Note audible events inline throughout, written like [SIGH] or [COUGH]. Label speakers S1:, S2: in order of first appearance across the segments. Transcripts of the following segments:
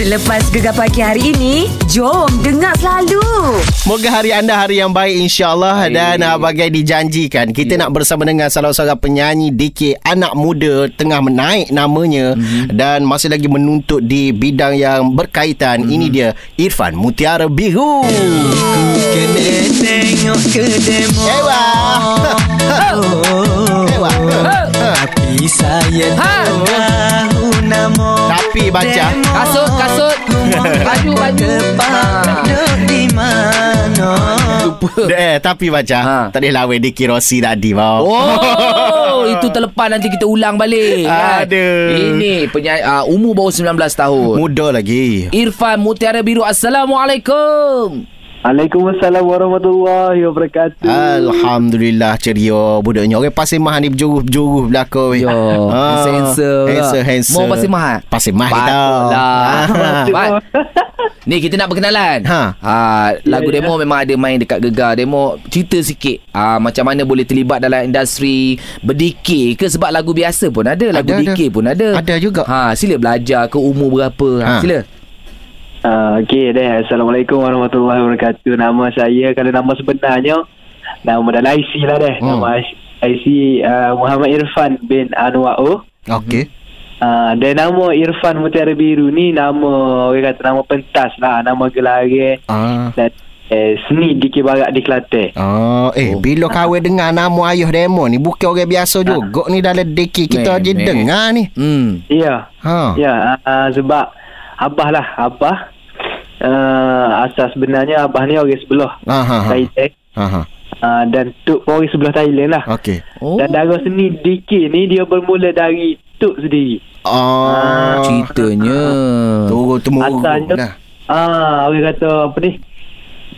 S1: Selepas gegar pagi hari ini, jom dengar selalu.
S2: Moga hari anda hari yang baik insyaAllah Dan uh, bagai dijanjikan Kita nak bersama dengan salah seorang penyanyi DK Anak muda tengah menaik namanya Dan masih lagi menuntut di bidang yang berkaitan Ini dia Irfan Mutiara Biru
S3: Kena tengok ke demo
S2: Ewa [LAUGHS] Ewa
S3: Tapi saya ha. tahu nama
S2: Tapi baca
S4: Kasut, kasut. Baju, baju. Ha.
S3: Kepada di mana
S2: Eh, tapi baca
S4: Ha.
S2: Tak boleh lawan DK Rossi tadi bau.
S4: Oh, itu terlepas nanti kita ulang balik. kan?
S2: Aduh.
S4: Ini penyanyi uh, umur baru 19 tahun.
S2: Muda lagi
S4: Irfan Mutiara Biru. Assalamualaikum.
S5: Waalaikumsalam warahmatullahi wabarakatuh.
S2: Alhamdulillah ceria budaknya. Orang Pasir Mah ni berjuruh-juruh belaka weh.
S4: Yo, handsome-handsome lah.
S2: Ah, Handsome, handsome.
S4: Mau Pasir Mah?
S2: Pasir Mah kita.
S4: Patutlah.
S5: Ah.
S4: Pat- Ni kita nak berkenalan.
S2: Ha.
S4: ha lagu
S5: Ya, ya.
S4: demo memang ada main dekat Gegar. Demo cerita sikit. Ah macam mana boleh terlibat dalam industri berdikir ke sebab lagu biasa pun ada,
S2: Ada,
S4: lagu
S2: ada.
S4: dikir pun ada.
S2: Ada juga.
S4: Ha sila belajar ke umur berapa. Ha,
S2: Ha.
S4: sila.
S5: Ah, Okey deh. Assalamualaikum warahmatullahi wabarakatuh. Nama saya kalau nama sebenarnya nama dah IC lah deh.
S2: Hmm.
S5: Nama IC uh, Muhammad Irfan bin Anwar O.
S2: Okey.
S5: Uh, dan nama Irfan Mutiara Biru ni nama orang kata nama pentas lah, nama gelar
S2: Ah.
S5: dan eh, seni Dikir Barat di Kelantan.
S2: Oh, eh oh. bila kawe dengar nama ayah demo ni bukan orang biasa
S4: Ah.
S2: juga ni dalam deki kita
S4: Meh,
S2: je
S4: meh.
S2: dengar ni.
S4: Hmm.
S5: Ya.
S2: Ha.
S5: Ya, uh, sebab Abah lah, Abah. Uh, asas sebenarnya Abah ni orang sebelah
S2: Ha ha. ha.
S5: Thailand.
S2: Ha ha.
S5: Uh, dan Tok pun orang sebelah Thailand lah.
S2: Okey.
S4: Oh.
S5: Dan darah seni DK ni dia bermula dari Tok sendiri.
S2: Oh.
S4: Ceritanya.
S2: Turun temurun
S5: Asalnya,
S2: lah.
S5: Ah, orang kata apa ni?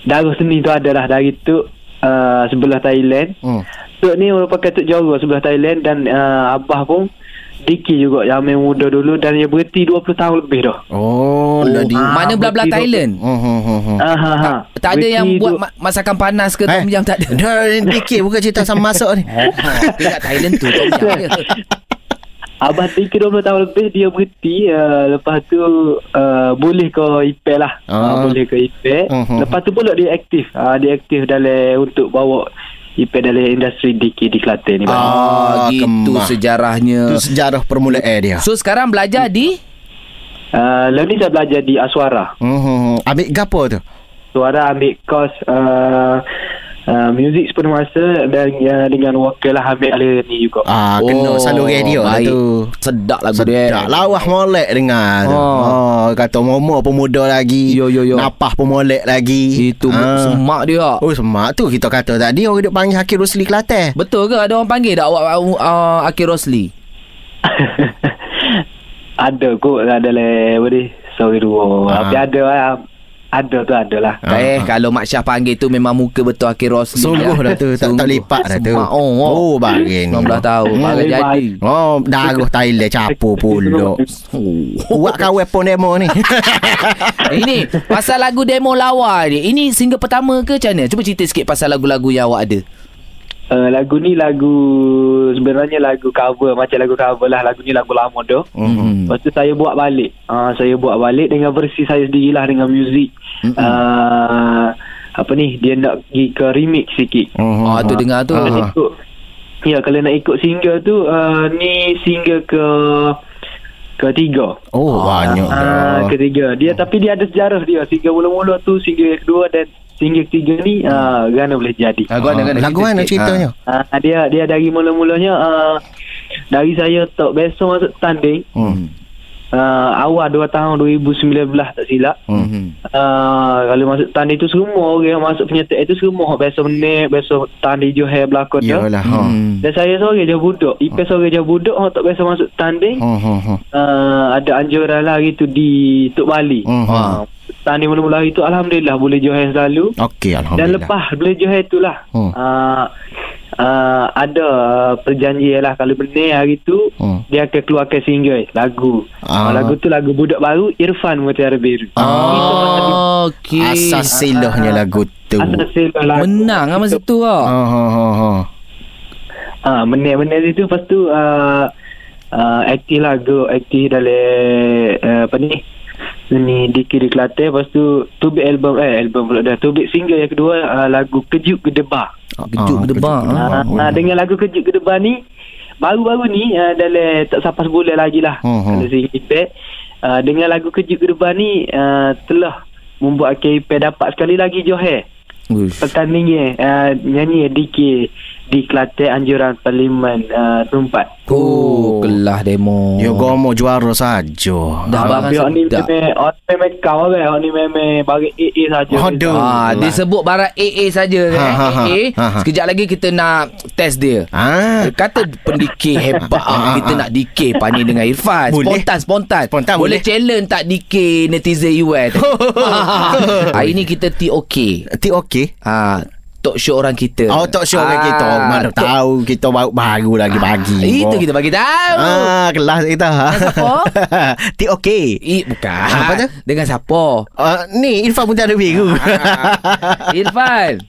S5: Darah seni tu adalah dari Tok uh, sebelah Thailand.
S2: Hmm.
S5: Tok ni merupakan Tok Johor sebelah Thailand dan uh, Abah pun DK juga yang main muda dulu dan dia berhenti 20 tahun lebih dah.
S2: Oh, lah dia.
S4: Mana
S5: Ah,
S4: belah-belah
S5: berarti
S4: Thailand?
S2: Hmm, hmm, hmm, hmm.
S5: Ah, ha, ha.
S4: Tak ada
S5: Berhenti
S4: yang buat
S5: dua-
S4: ma- masakan panas
S2: Eh.
S4: ke tom yum tak
S2: [LAUGHS]
S4: ada.
S2: Dah dikit bukan cerita sama masuk
S5: [LAUGHS]
S2: ni.
S4: [LAUGHS] Dekat Thailand tu tom yum dia.
S5: Abah Tika 20 tahun lebih dia berhenti uh, lepas tu uh, boleh ke IPE lah
S2: Ah.
S5: uh, boleh ke IPE
S2: Mhm.
S5: lepas tu pula dia aktif uh, dia aktif dalam untuk bawa IPE dalam industri DK di Kelantan ni Bang.
S4: [LAUGHS]
S2: Ah,
S4: Ah, gitu
S2: kemah.
S4: sejarahnya.
S2: Itu sejarah permulaan dia.
S4: So sekarang belajar di
S5: uh, lalu ni saya belajar di Aswara
S2: Hmm, hmm, hmm. Ambil gapo tu?
S5: Aswara ambil kos uh, uh, music sepenuh masa dan uh, dengan wakil lah ambil ala ni juga
S2: Ah, kena salur radio lah
S4: Oh, baik.
S2: tu.
S4: Sedap lagu dia.
S2: Sedap lah. Lawah molek dengar tu
S4: Oh.
S2: oh. Kata momo pemuda lagi
S4: Yo, yo, yo.
S2: Napah pemolek lagi Ah.
S4: Itu ha. semak dia.
S2: Oh semak tu kita kata tadi Orang duk panggil Hakim Rusli Kelantan
S4: Betul ke ada orang panggil tak awak uh, Akil Rosli?
S5: [LAUGHS] ada kot lah dalam apa ni sorry dua
S2: Ah.
S5: tapi ada lah ada tu ada lah
S4: Ha. Eh kalau Mak Syah panggil tu memang muka betul Akil Rosli.
S2: Sungguh dah tu Tak, tak
S4: Ya. Sungguh.
S2: lipat dah tu
S4: Semak, Oh, oh.
S2: oh bagi ni
S4: 19 tahun
S2: Hmm.
S4: baru
S5: Baik,
S4: jadi.
S2: Oh darah Thailand capur
S4: [LAUGHS]
S2: pula
S4: Oh.
S2: Buat kawan pun demo ni
S4: Ini pasal lagu demo lawa ni. Ini single pertama ke macam mana? Cuba cerita sikit pasal lagu-lagu yang awak ada.
S5: Uh, lagu ni lagu sebenarnya lagu cover macam lagu cover lah lagu ni lagu lama dah.
S2: Mhm.
S4: Hmm.
S5: Lepas tu saya buat balik. Uh, saya buat balik dengan versi saya sendirilah dengan muzik.
S2: Mhm.
S5: Uh, apa ni dia nak pergi ke remix sikit.
S2: Mhm.
S4: [LAUGHS] Ah tu dengar tu.
S5: Kalau nak ikut Ya kalau nak ikut single tu uh, ni single ke ketiga.
S2: Oh banyak dah
S5: Ah, ketiga. Dia tapi dia ada sejarah dia. Single mula-mula tu single yang kedua dan single ketiga ni uh, Gana boleh jadi.
S4: Lagu kan?
S2: Ah, Lagu mana ceritanya
S5: Uh, dia dia dari mula-mulanya uh, dari saya tak biasa masuk tanding
S4: Ah.
S2: Hmm
S5: uh, awal 2 tahun 2019 tak silap.
S2: Hmm.
S5: Uh, kalau masuk tanding tu semua orang yang masuk penyertaan itu semua biasa menik, biasa tanding Johor belakang tu.
S2: Yalah ha.
S4: Hmm.
S5: Dan saya seorang je budak. Ipes seorang je budak orang tak biasa masuk tanding.
S2: Hmm, hmm, hmm.
S5: Uh, ada anjuran lah gitu di Tok Bali.
S2: Hmm.
S5: Uh, tanding mula-mula hari tu alhamdulillah boleh Johor selalu.
S2: Okey
S5: Dan
S2: Alhamdulillah Ah.
S5: lepas beli Johor itulah
S2: Hmm.
S5: hmm. uh, uh, ada perjanjian lah kalau benar hari tu
S2: Hmm.
S5: hmm. dia akan keluarkan single lagu.
S2: Ah.
S5: Ah. lagu tu lagu budak baru Irfan Mutiara Biru.
S4: Ah, okey.
S2: Asas silahnya lah, lagu tu.
S5: Asal sila lagu.
S4: Menang lah masa tu
S2: Ha
S4: lah.
S2: ha ha ha.
S5: Ah, menang-menang situ lepas tu ah, lah, uh, uh, aktif lagu aktif dalam uh, ah, apa ni ni DK di Kelantan lepas tu tu bit album eh album pula dah tu bit single yang kedua uh, lagu Kejut Gedebar
S4: Kejut
S2: Ah,
S4: gedebak,
S2: Kejut
S4: ah.
S2: Gedebak.
S5: Ah, ah, dengan lagu Kejut Gedebar ni baru-baru ni uh, dalam tak sampai sebulan lagi lah
S2: Hmm,
S5: hmm,
S2: hmm.
S5: kalau saya feedback uh, dengan lagu Kejut Gedebar ni uh, telah membuat KIP dapat sekali lagi Johor
S4: Uish.
S5: pertandingan uh, nyanyi DK di Kelantan Anjuran Parlimen uh, Tumpat
S4: Oh, kelah demo.
S2: Ya gomo juara saja.
S4: Dah barang
S5: Tapi orang ni
S4: sedap.
S5: memang Orang ni memang kau kan Orang ni memang Bagi AA saja
S2: Aduh.
S4: Ah, dia sebut barang AA saja
S2: Ha,
S4: eh,
S2: ha, ha.
S4: AA.
S2: Ha, ha.
S4: Sekejap lagi kita nak test dia.
S2: Ah.
S4: Dia Kata pendikir hebat
S2: Ah, ah,
S4: ah. Kita
S2: ah.
S4: nak DK Pani dengan Irfan
S2: Boleh.
S4: Spontan Spontan,
S2: Spontan,
S4: boleh,
S2: boleh.
S4: challenge tak DK Netizen
S2: [LAUGHS]
S4: US Hari ni kita TOK
S2: Ti okey.
S4: Ah, Talk show orang kita
S2: Oh tak sure ah, kita mana
S4: talk-
S2: tahu kita baru, baru lagi pagi.
S4: Ah, Itu kita bagi tahu
S2: Ah kelas kita.
S4: siapa?
S2: [LAUGHS] Ti okey.
S4: Eh, bukan
S2: Apa tu?
S4: Dengan
S2: [LAUGHS]
S4: siapa
S2: Uh, ni Irfan pun tak ada biru.
S4: Ah, Irfan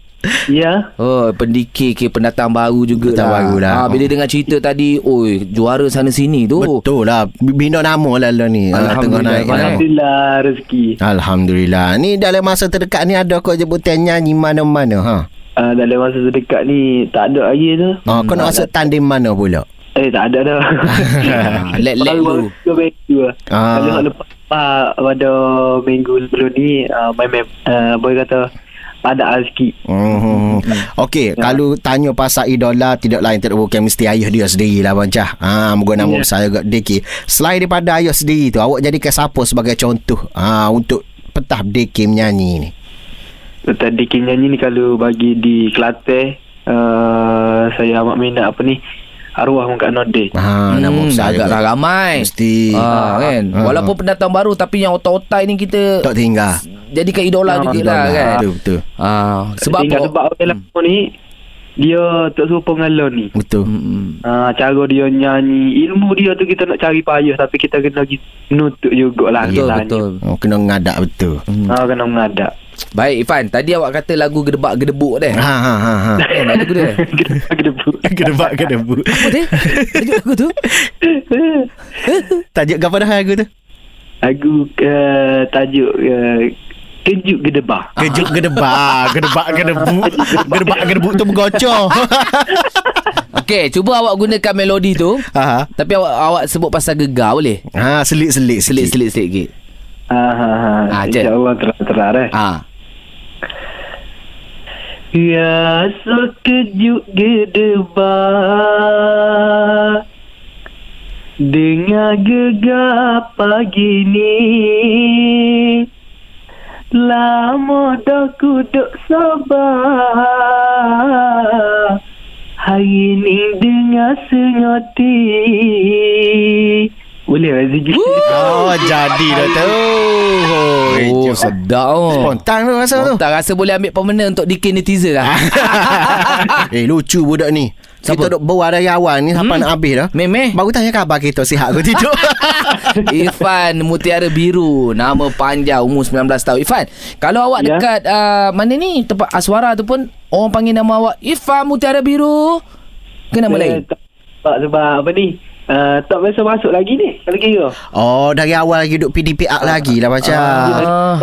S5: Ya
S4: Oh, pendikir ke pendatang baru juga
S2: Pendatang
S4: lah.
S2: baru lah.
S4: Ah, bila dengar cerita tadi, oi, juara sana sini tu.
S2: Betul lah Bina nama lah lo ni Ah, Tengah
S4: Alhamdulillah,
S2: naik
S4: Abang.
S2: lah.
S5: Alhamdulillah rezeki
S2: Alhamdulillah Ni dalam masa terdekat ni Ada kau jemputan nyanyi mana-mana ha?
S5: uh, Dalam masa sedekat ni Tak ada lagi tu
S2: Ah, Kau nak masuk tandem mana pula
S5: Eh tak ada dah
S4: Ah, [LAUGHS] let- let
S5: Baru-baru
S4: dulu.
S5: tu minggu lah
S2: Ah.
S5: Kalau nak lepas lepas Pada minggu sebelum ni uh, My man uh, Boy kata Ada rezeki
S2: Hmm. Okey, ya. kalau tanya pasal idola tidak lain tidak bukan mesti ayah dia sendiri lah Abang Jah. Ha, moga nama yeah. saya agak deki. Selain daripada ayah sendiri tu, awak jadikan siapa sebagai contoh ha, untuk petah deki menyanyi ni?
S5: Tentang Dikin nyanyi ni kalau bagi di Kelantan uh, Saya amat minat apa ni Arwah Mungkak Nodeh
S4: Ah,
S2: Ha, hmm, nama saya
S4: agaklah
S2: agak
S4: ramai.
S2: Mesti.
S4: Ah, kan.
S2: Ah.
S4: Walaupun pendatang baru tapi yang otak-otak ni kita
S2: tak tinggal.
S4: jadikan idola juga lah kan.
S2: Betul betul.
S4: Ah, sebab apa?
S5: Tinggal
S4: Hmm.
S5: sebab orang lama ni Dia tak serupa dengan Lon ni
S2: Betul.
S4: Mm-mm.
S5: Uh, cara dia nyanyi Ilmu dia tu kita nak cari payah Tapi kita kena gi- nuntut jugalah
S4: Betul
S5: kita
S4: betul.
S2: Oh, kena ngadak betul.
S5: ni. lah Ah, kena mengadak
S4: Baik Ifan, tadi awak kata lagu gedebak gedebuk deh.
S2: Ha ha ha [LAUGHS] ha.
S4: Kan ada
S5: [LAUGHS]
S4: lagu dia.
S5: Gedebuk
S2: Gedebak gedebuk.
S4: Apa dia? Tajuk lagu tu?
S2: Tajuk apa dah lagu tu?
S5: Lagu uh, tajuk uh, Kejut Gedebah
S2: Kejut gedebak, gedebak [LAUGHS] gedebuk, gedebak gedebuk tu bergocor.
S4: [LAUGHS] Okey, cuba awak gunakan melodi tu.
S2: ha.
S4: Tapi awak awak sebut pasal gegar boleh?
S2: Ha, selit-selit sikit.
S4: Selit-selit sikit.
S5: Ah, ha, ha.
S4: Ah, je.
S5: InsyaAllah terang-terang eh
S4: Ah.
S5: Ya sekejut gedebah Dengar gegap pagi ni Lama dah ku duk sabar Hari ni dengar sengoti Boleh Raziki?
S2: Oh, jadi dah tu.
S4: Oh, sedap oh.
S2: Spontan tu rasa tu.
S4: Tak rasa boleh ambil pemenang untuk DK Netizen lah.
S2: eh, lucu budak ni. Hmm.
S4: Siapa?
S2: Kita duduk berbual dari awal ni sampai nak habis dah.
S4: Memeh.
S2: Baru tanya khabar kita sihat ke [LAUGHS] tidak.
S4: Ifan Mutiara Biru Nama panjang Umur 19 tahun Ifan Kalau awak
S5: Ya.
S4: dekat uh, Mana ni Tempat Aswara tu pun Orang panggil nama awak Ifan Mutiara Biru Ke nama lain
S5: Saya tak- Tak sebab apa ni uh, Tak biasa masuk lagi ni Kalau kira
S2: oh, dari awal lagi duduk PDPA lagi lah macam.
S4: Ah.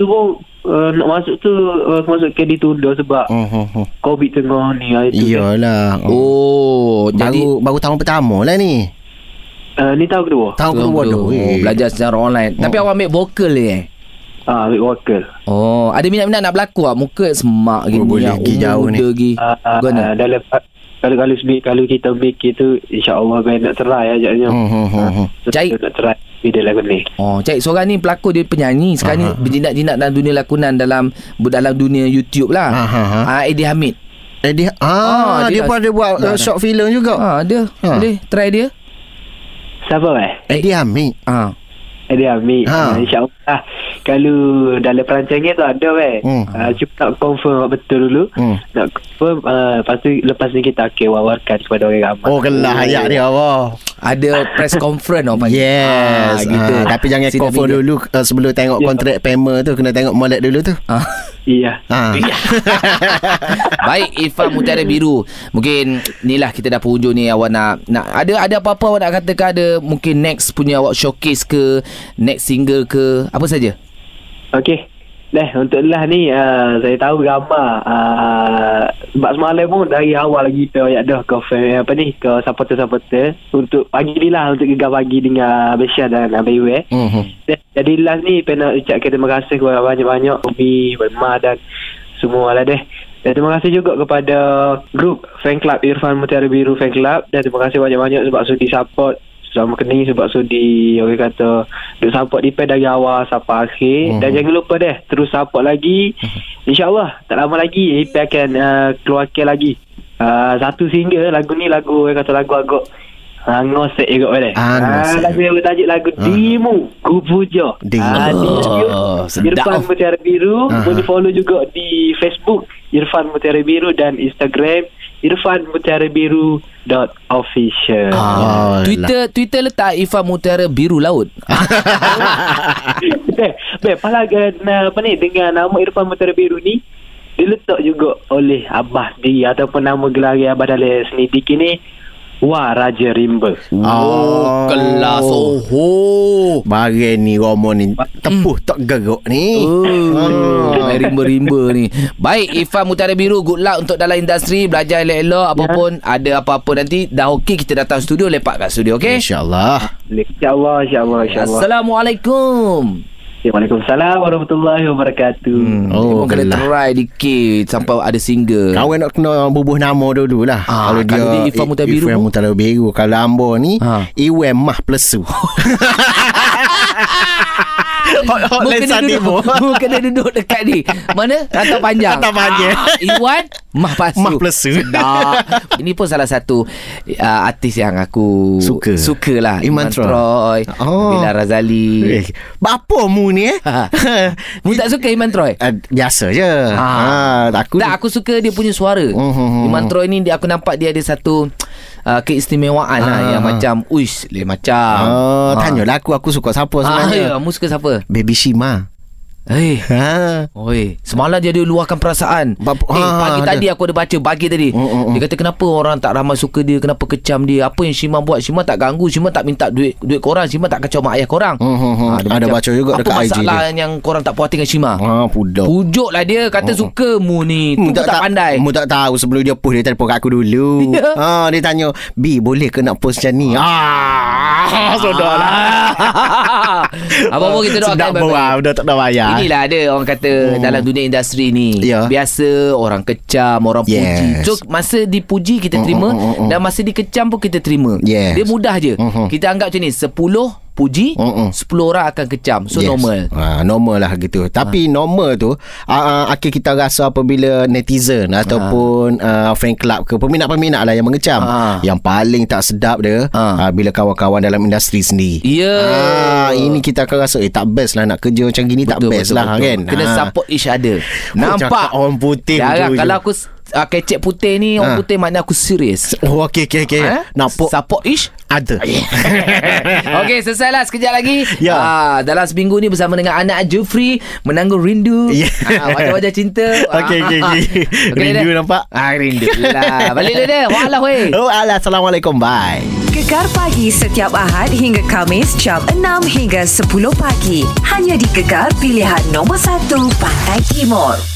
S5: Tu pun uh, nak masuk tu uh, masuk ke ditunda sebab
S2: Oh, oh, oh.
S5: COVID tengah ni hari tu. kan.
S2: Iyalah. Oh.
S4: Oh Jadi
S2: Baru baru tahun pertama lah ni.
S5: Uh, ni tahun kedua.
S2: Tahun Eh.
S4: Tunggu.
S2: kedua tu.
S4: oh, Belajar secara online Tapi awak ambil vokal ni eh
S5: Ah, ambil wakil.
S4: Oh Ada minat-minat nak berlaku ah? Muka semak gini
S2: boleh
S4: ah.
S2: pergi
S4: Umur
S2: jauh ni.
S4: muda Pergi
S5: Uh,
S4: Bukan ah?
S5: uh, dalam kalau kalau sendiri kalau kita mikir tu insya-Allah baik nak try ajaknya. Ah,
S2: Hmm, hmm, hmm, hmm.
S4: Cai-
S5: nak try video lagu ni.
S4: Oh, cik seorang ni pelakon dia penyanyi. Sekarang Aha. ni berjinak-jinak dalam dunia lakonan dalam dalam dunia YouTube lah.
S2: Aha, aha.
S4: Ah, Eddie Hamid.
S2: Eh, dia, ha, ah,
S4: Ah,
S2: dia,
S4: dia
S2: pun
S4: dah-
S2: ada buat uh,
S4: dah- dah.
S2: short film juga.
S4: Ah, dia.
S2: Ha.
S4: Boleh try dia?
S5: Siapa eh?
S2: Eh, dia ambil.
S4: Ah.
S5: Eh, Dia ambil
S2: Ha.
S5: ha. InsyaAllah Kalau dalam perancangan tu ada weh
S2: Hmm.
S5: hmm. uh, Cuma nak confirm betul dulu
S2: Hmm.
S5: Nak ah, confirm uh, Lepas tu Lepas ni kita akan wawarkan kepada orang ramai
S2: Oh, kelah Oh, ayat dia. Wow.
S4: ada press conference orang panggil.
S2: Yes
S4: Ah, gitu.
S2: Ah, Tapi jangan
S4: Sini
S2: cover
S4: video.
S2: dulu uh, Sebelum tengok
S5: Ya.
S2: kontrak payment tu Kena tengok molek dulu tu
S4: Ah. [LAUGHS]
S5: Iya.
S2: Ah.
S4: Eh, ya. Baik Ifah Mutiara Biru. Mungkin ni lah kita dah penghujung ni awak nak nak ada ada apa-apa awak nak katakan ada mungkin next punya awak showcase ke next single ke apa saja?
S5: Okey. Nah, untuk lah ni uh, saya tahu gambar uh, sebab semalam pun dari awal lagi kita ayat dah ke fan- apa ni ke supporter-supporter untuk pagi ni lah untuk gegar pagi dengan Besha dan Abayu eh.
S2: Mhm.
S5: Jadi last ni saya nak ucapkan terima kasih kepada banyak-banyak Ubi, Berma dan semua lah deh. Dan terima kasih juga kepada grup fan club Irfan Mutiara Biru fan club dan terima kasih banyak-banyak sebab sudi support selama kini sebab sudi orang kata duk support Ipad dari awal sampai akhir dan jangan lupa deh terus support lagi insyaallah tak lama lagi Ipad akan uh, keluarkan lagi uh, satu single lagu ni lagu orang kata lagu agak uh, ngosek juga boleh
S2: Ah, ngosek.
S5: lagu yang bertajuk lagu Dimu Ku
S2: Ah.
S5: Puja
S2: Dimu.
S5: Ah, di YouTube,
S4: Oh, sedap.
S5: Irfan Mutiara Biru
S2: Ah.
S5: boleh follow juga di Facebook Irfan Mutiara Biru dan Instagram Irfan Mutiara Biru dot official
S2: Ah,
S4: Twitter Twitter letak Ifah Mutiara Biru Laut.
S5: [LAUGHS] Beh, beh, pala apa ni dengan nama Irfan Mutiara Biru ni diletak juga oleh abah sendiri ataupun nama gelari abah Dalil sendiri kini Wah Raja Rimba.
S2: Oh,
S4: kelas oh.
S2: Barang ni Romo ni Tepuh tak gerok ni
S4: Hmm. Oh,
S2: Ah.
S4: rimba-rimba ni. Baik, Ifah Mutiara Biru, good luck untuk dalam industri, belajar elok-elok,
S2: Ya.
S4: apa pun, ada apa-apa nanti, dah okey kita datang studio, lepak kat studio, okey?
S2: InsyaAllah
S5: InsyaAllah, insyaAllah, insyaAllah.
S4: Assalamualaikum.
S5: Waalaikumsalam warahmatullahi wabarakatuh.
S4: Hmm,
S2: Oh,
S4: oh, kena
S2: kelas.
S4: try dikit sampai ada single.
S2: Kawan nak kena bubuh nama dulu lah
S4: Ah, kalau dia Ifah Mutiara Biru.
S2: Ifah Mutiara Biru Kalau Ambo ni
S4: Ah.
S2: Iwan Mah
S4: [LAUGHS]
S2: Plesu
S4: Oh, Mungkin dia [LAUGHS] duduk, mungkin dia duduk dekat ni. Mana? Rantau panjang.
S2: Rantau panjang.
S4: Ah, Iwan Mah Pasu.
S2: Mah Plesu.
S4: Sedap. Ini pun salah satu uh, artis yang aku
S2: Suka.
S4: suka lah.
S2: Iman Troy.
S4: Troy.
S2: Oh.
S4: Bila Razali.
S2: Eh, Bapa mu ni eh
S4: Ha.
S2: [LAUGHS]
S4: Mu tak suka Iman Troy?
S2: Ah, Biasa je
S4: Ah.
S2: ah. Aku
S4: tak, aku suka dia punya suara.
S2: Mhm.
S4: Iman Troy ni dia, aku nampak dia ada satu uh, keistimewaan lah
S2: Ah.
S4: yang macam uish lain macam.
S2: Oh,
S4: Ah.
S2: tanyalah aku aku suka siapa
S4: Ah,
S2: sebenarnya.
S4: ya, kamu suka siapa?
S2: Baby Shima.
S4: Eh.
S2: Ha.
S4: Oi, semalam dia ada luahkan perasaan.
S2: Bab-
S4: eh,
S2: ha,
S4: pagi
S2: ada.
S4: tadi aku ada baca pagi tadi.
S2: Mm, mm, mm.
S4: Dia kata kenapa orang tak ramai suka dia, kenapa kecam dia? Apa yang Shima buat? Shima tak ganggu, Shima tak minta duit duit korang, Shima tak kacau mak ayah korang.
S2: Mm, mm, mm. Ada baca juga
S4: apa
S2: dekat IG dia.
S4: masalah yang korang tak puas hati dengan Shima?
S2: Ha, budak.
S4: Pujuklah dia kata suka mu ni. Tu
S2: Mu
S4: pun tak, pandai.
S2: Mu Hmm, tak tahu sebelum dia post dia telefon kat aku dulu.
S4: Ya.
S2: Ha, dia tanya, "B, boleh ke nak post macam ni?" Ah, [LAUGHS] sudahlah.
S4: Ah.
S2: [LAUGHS]
S4: Apa-apa kita doakan
S2: Sedap
S4: baik-baik.
S2: buah, dah tak ya. ada bayar.
S4: Inilah ada orang kata hmm. dalam dunia industri ni
S2: Ya.
S4: biasa orang kecam, orang
S2: Yes.
S4: puji. So masa dipuji kita
S2: Mm,
S4: terima
S2: mm, mm, mm.
S4: dan masa dikecam pun kita terima.
S2: Yes.
S4: Dia mudah je.
S2: Mhm.
S4: Kita anggap macam ni 10 puji,
S2: Mm, mm.
S4: 10 orang akan kecam. So yes. normal.
S2: Ha, normal lah gitu. Tapi normal tu uh, akhir kita rasa apabila netizen ataupun uh, fan club ke peminat-peminat lah yang mengecam.
S4: Ah.
S2: Yang paling tak sedap dia
S4: Ah.
S2: uh, bila kawan-kawan dalam industri sendiri.
S4: Ya.
S2: Ah, ini kita akan rasa eh tak best lah nak kerja macam gini tak best lah kan.
S4: Kena
S2: Ah.
S4: support
S2: [LAUGHS]
S4: each other. Nampak
S2: cakap orang putih
S4: Jarang
S2: betul je.
S4: kalau aku uh, kecek putih ni
S2: Ah.
S4: orang putih maknanya aku serius.
S2: Oh okey okey okey.
S4: Eh?
S2: Nampak
S4: Support each
S2: [LAUGHS] ada.
S4: [LAUGHS] Okey, selesai lah sekejap lagi.
S2: Ya.
S4: Ah, dalam seminggu ni bersama dengan anak Jufri menanggung rindu.
S2: Ya.
S4: Ah, wajah-wajah cinta.
S2: [LAUGHS] Okey, okey, okey. Rindu nampak?
S4: Ah, rindu lah. Balik dia dia. Walah
S2: [LAUGHS]
S4: weh.
S2: Oh alah assalamualaikum bye.
S1: Gegar pagi setiap Ahad hingga Kamis jam 6 hingga 10 pagi. Hanya di Gegar pilihan nombor 1 Pantai Timur.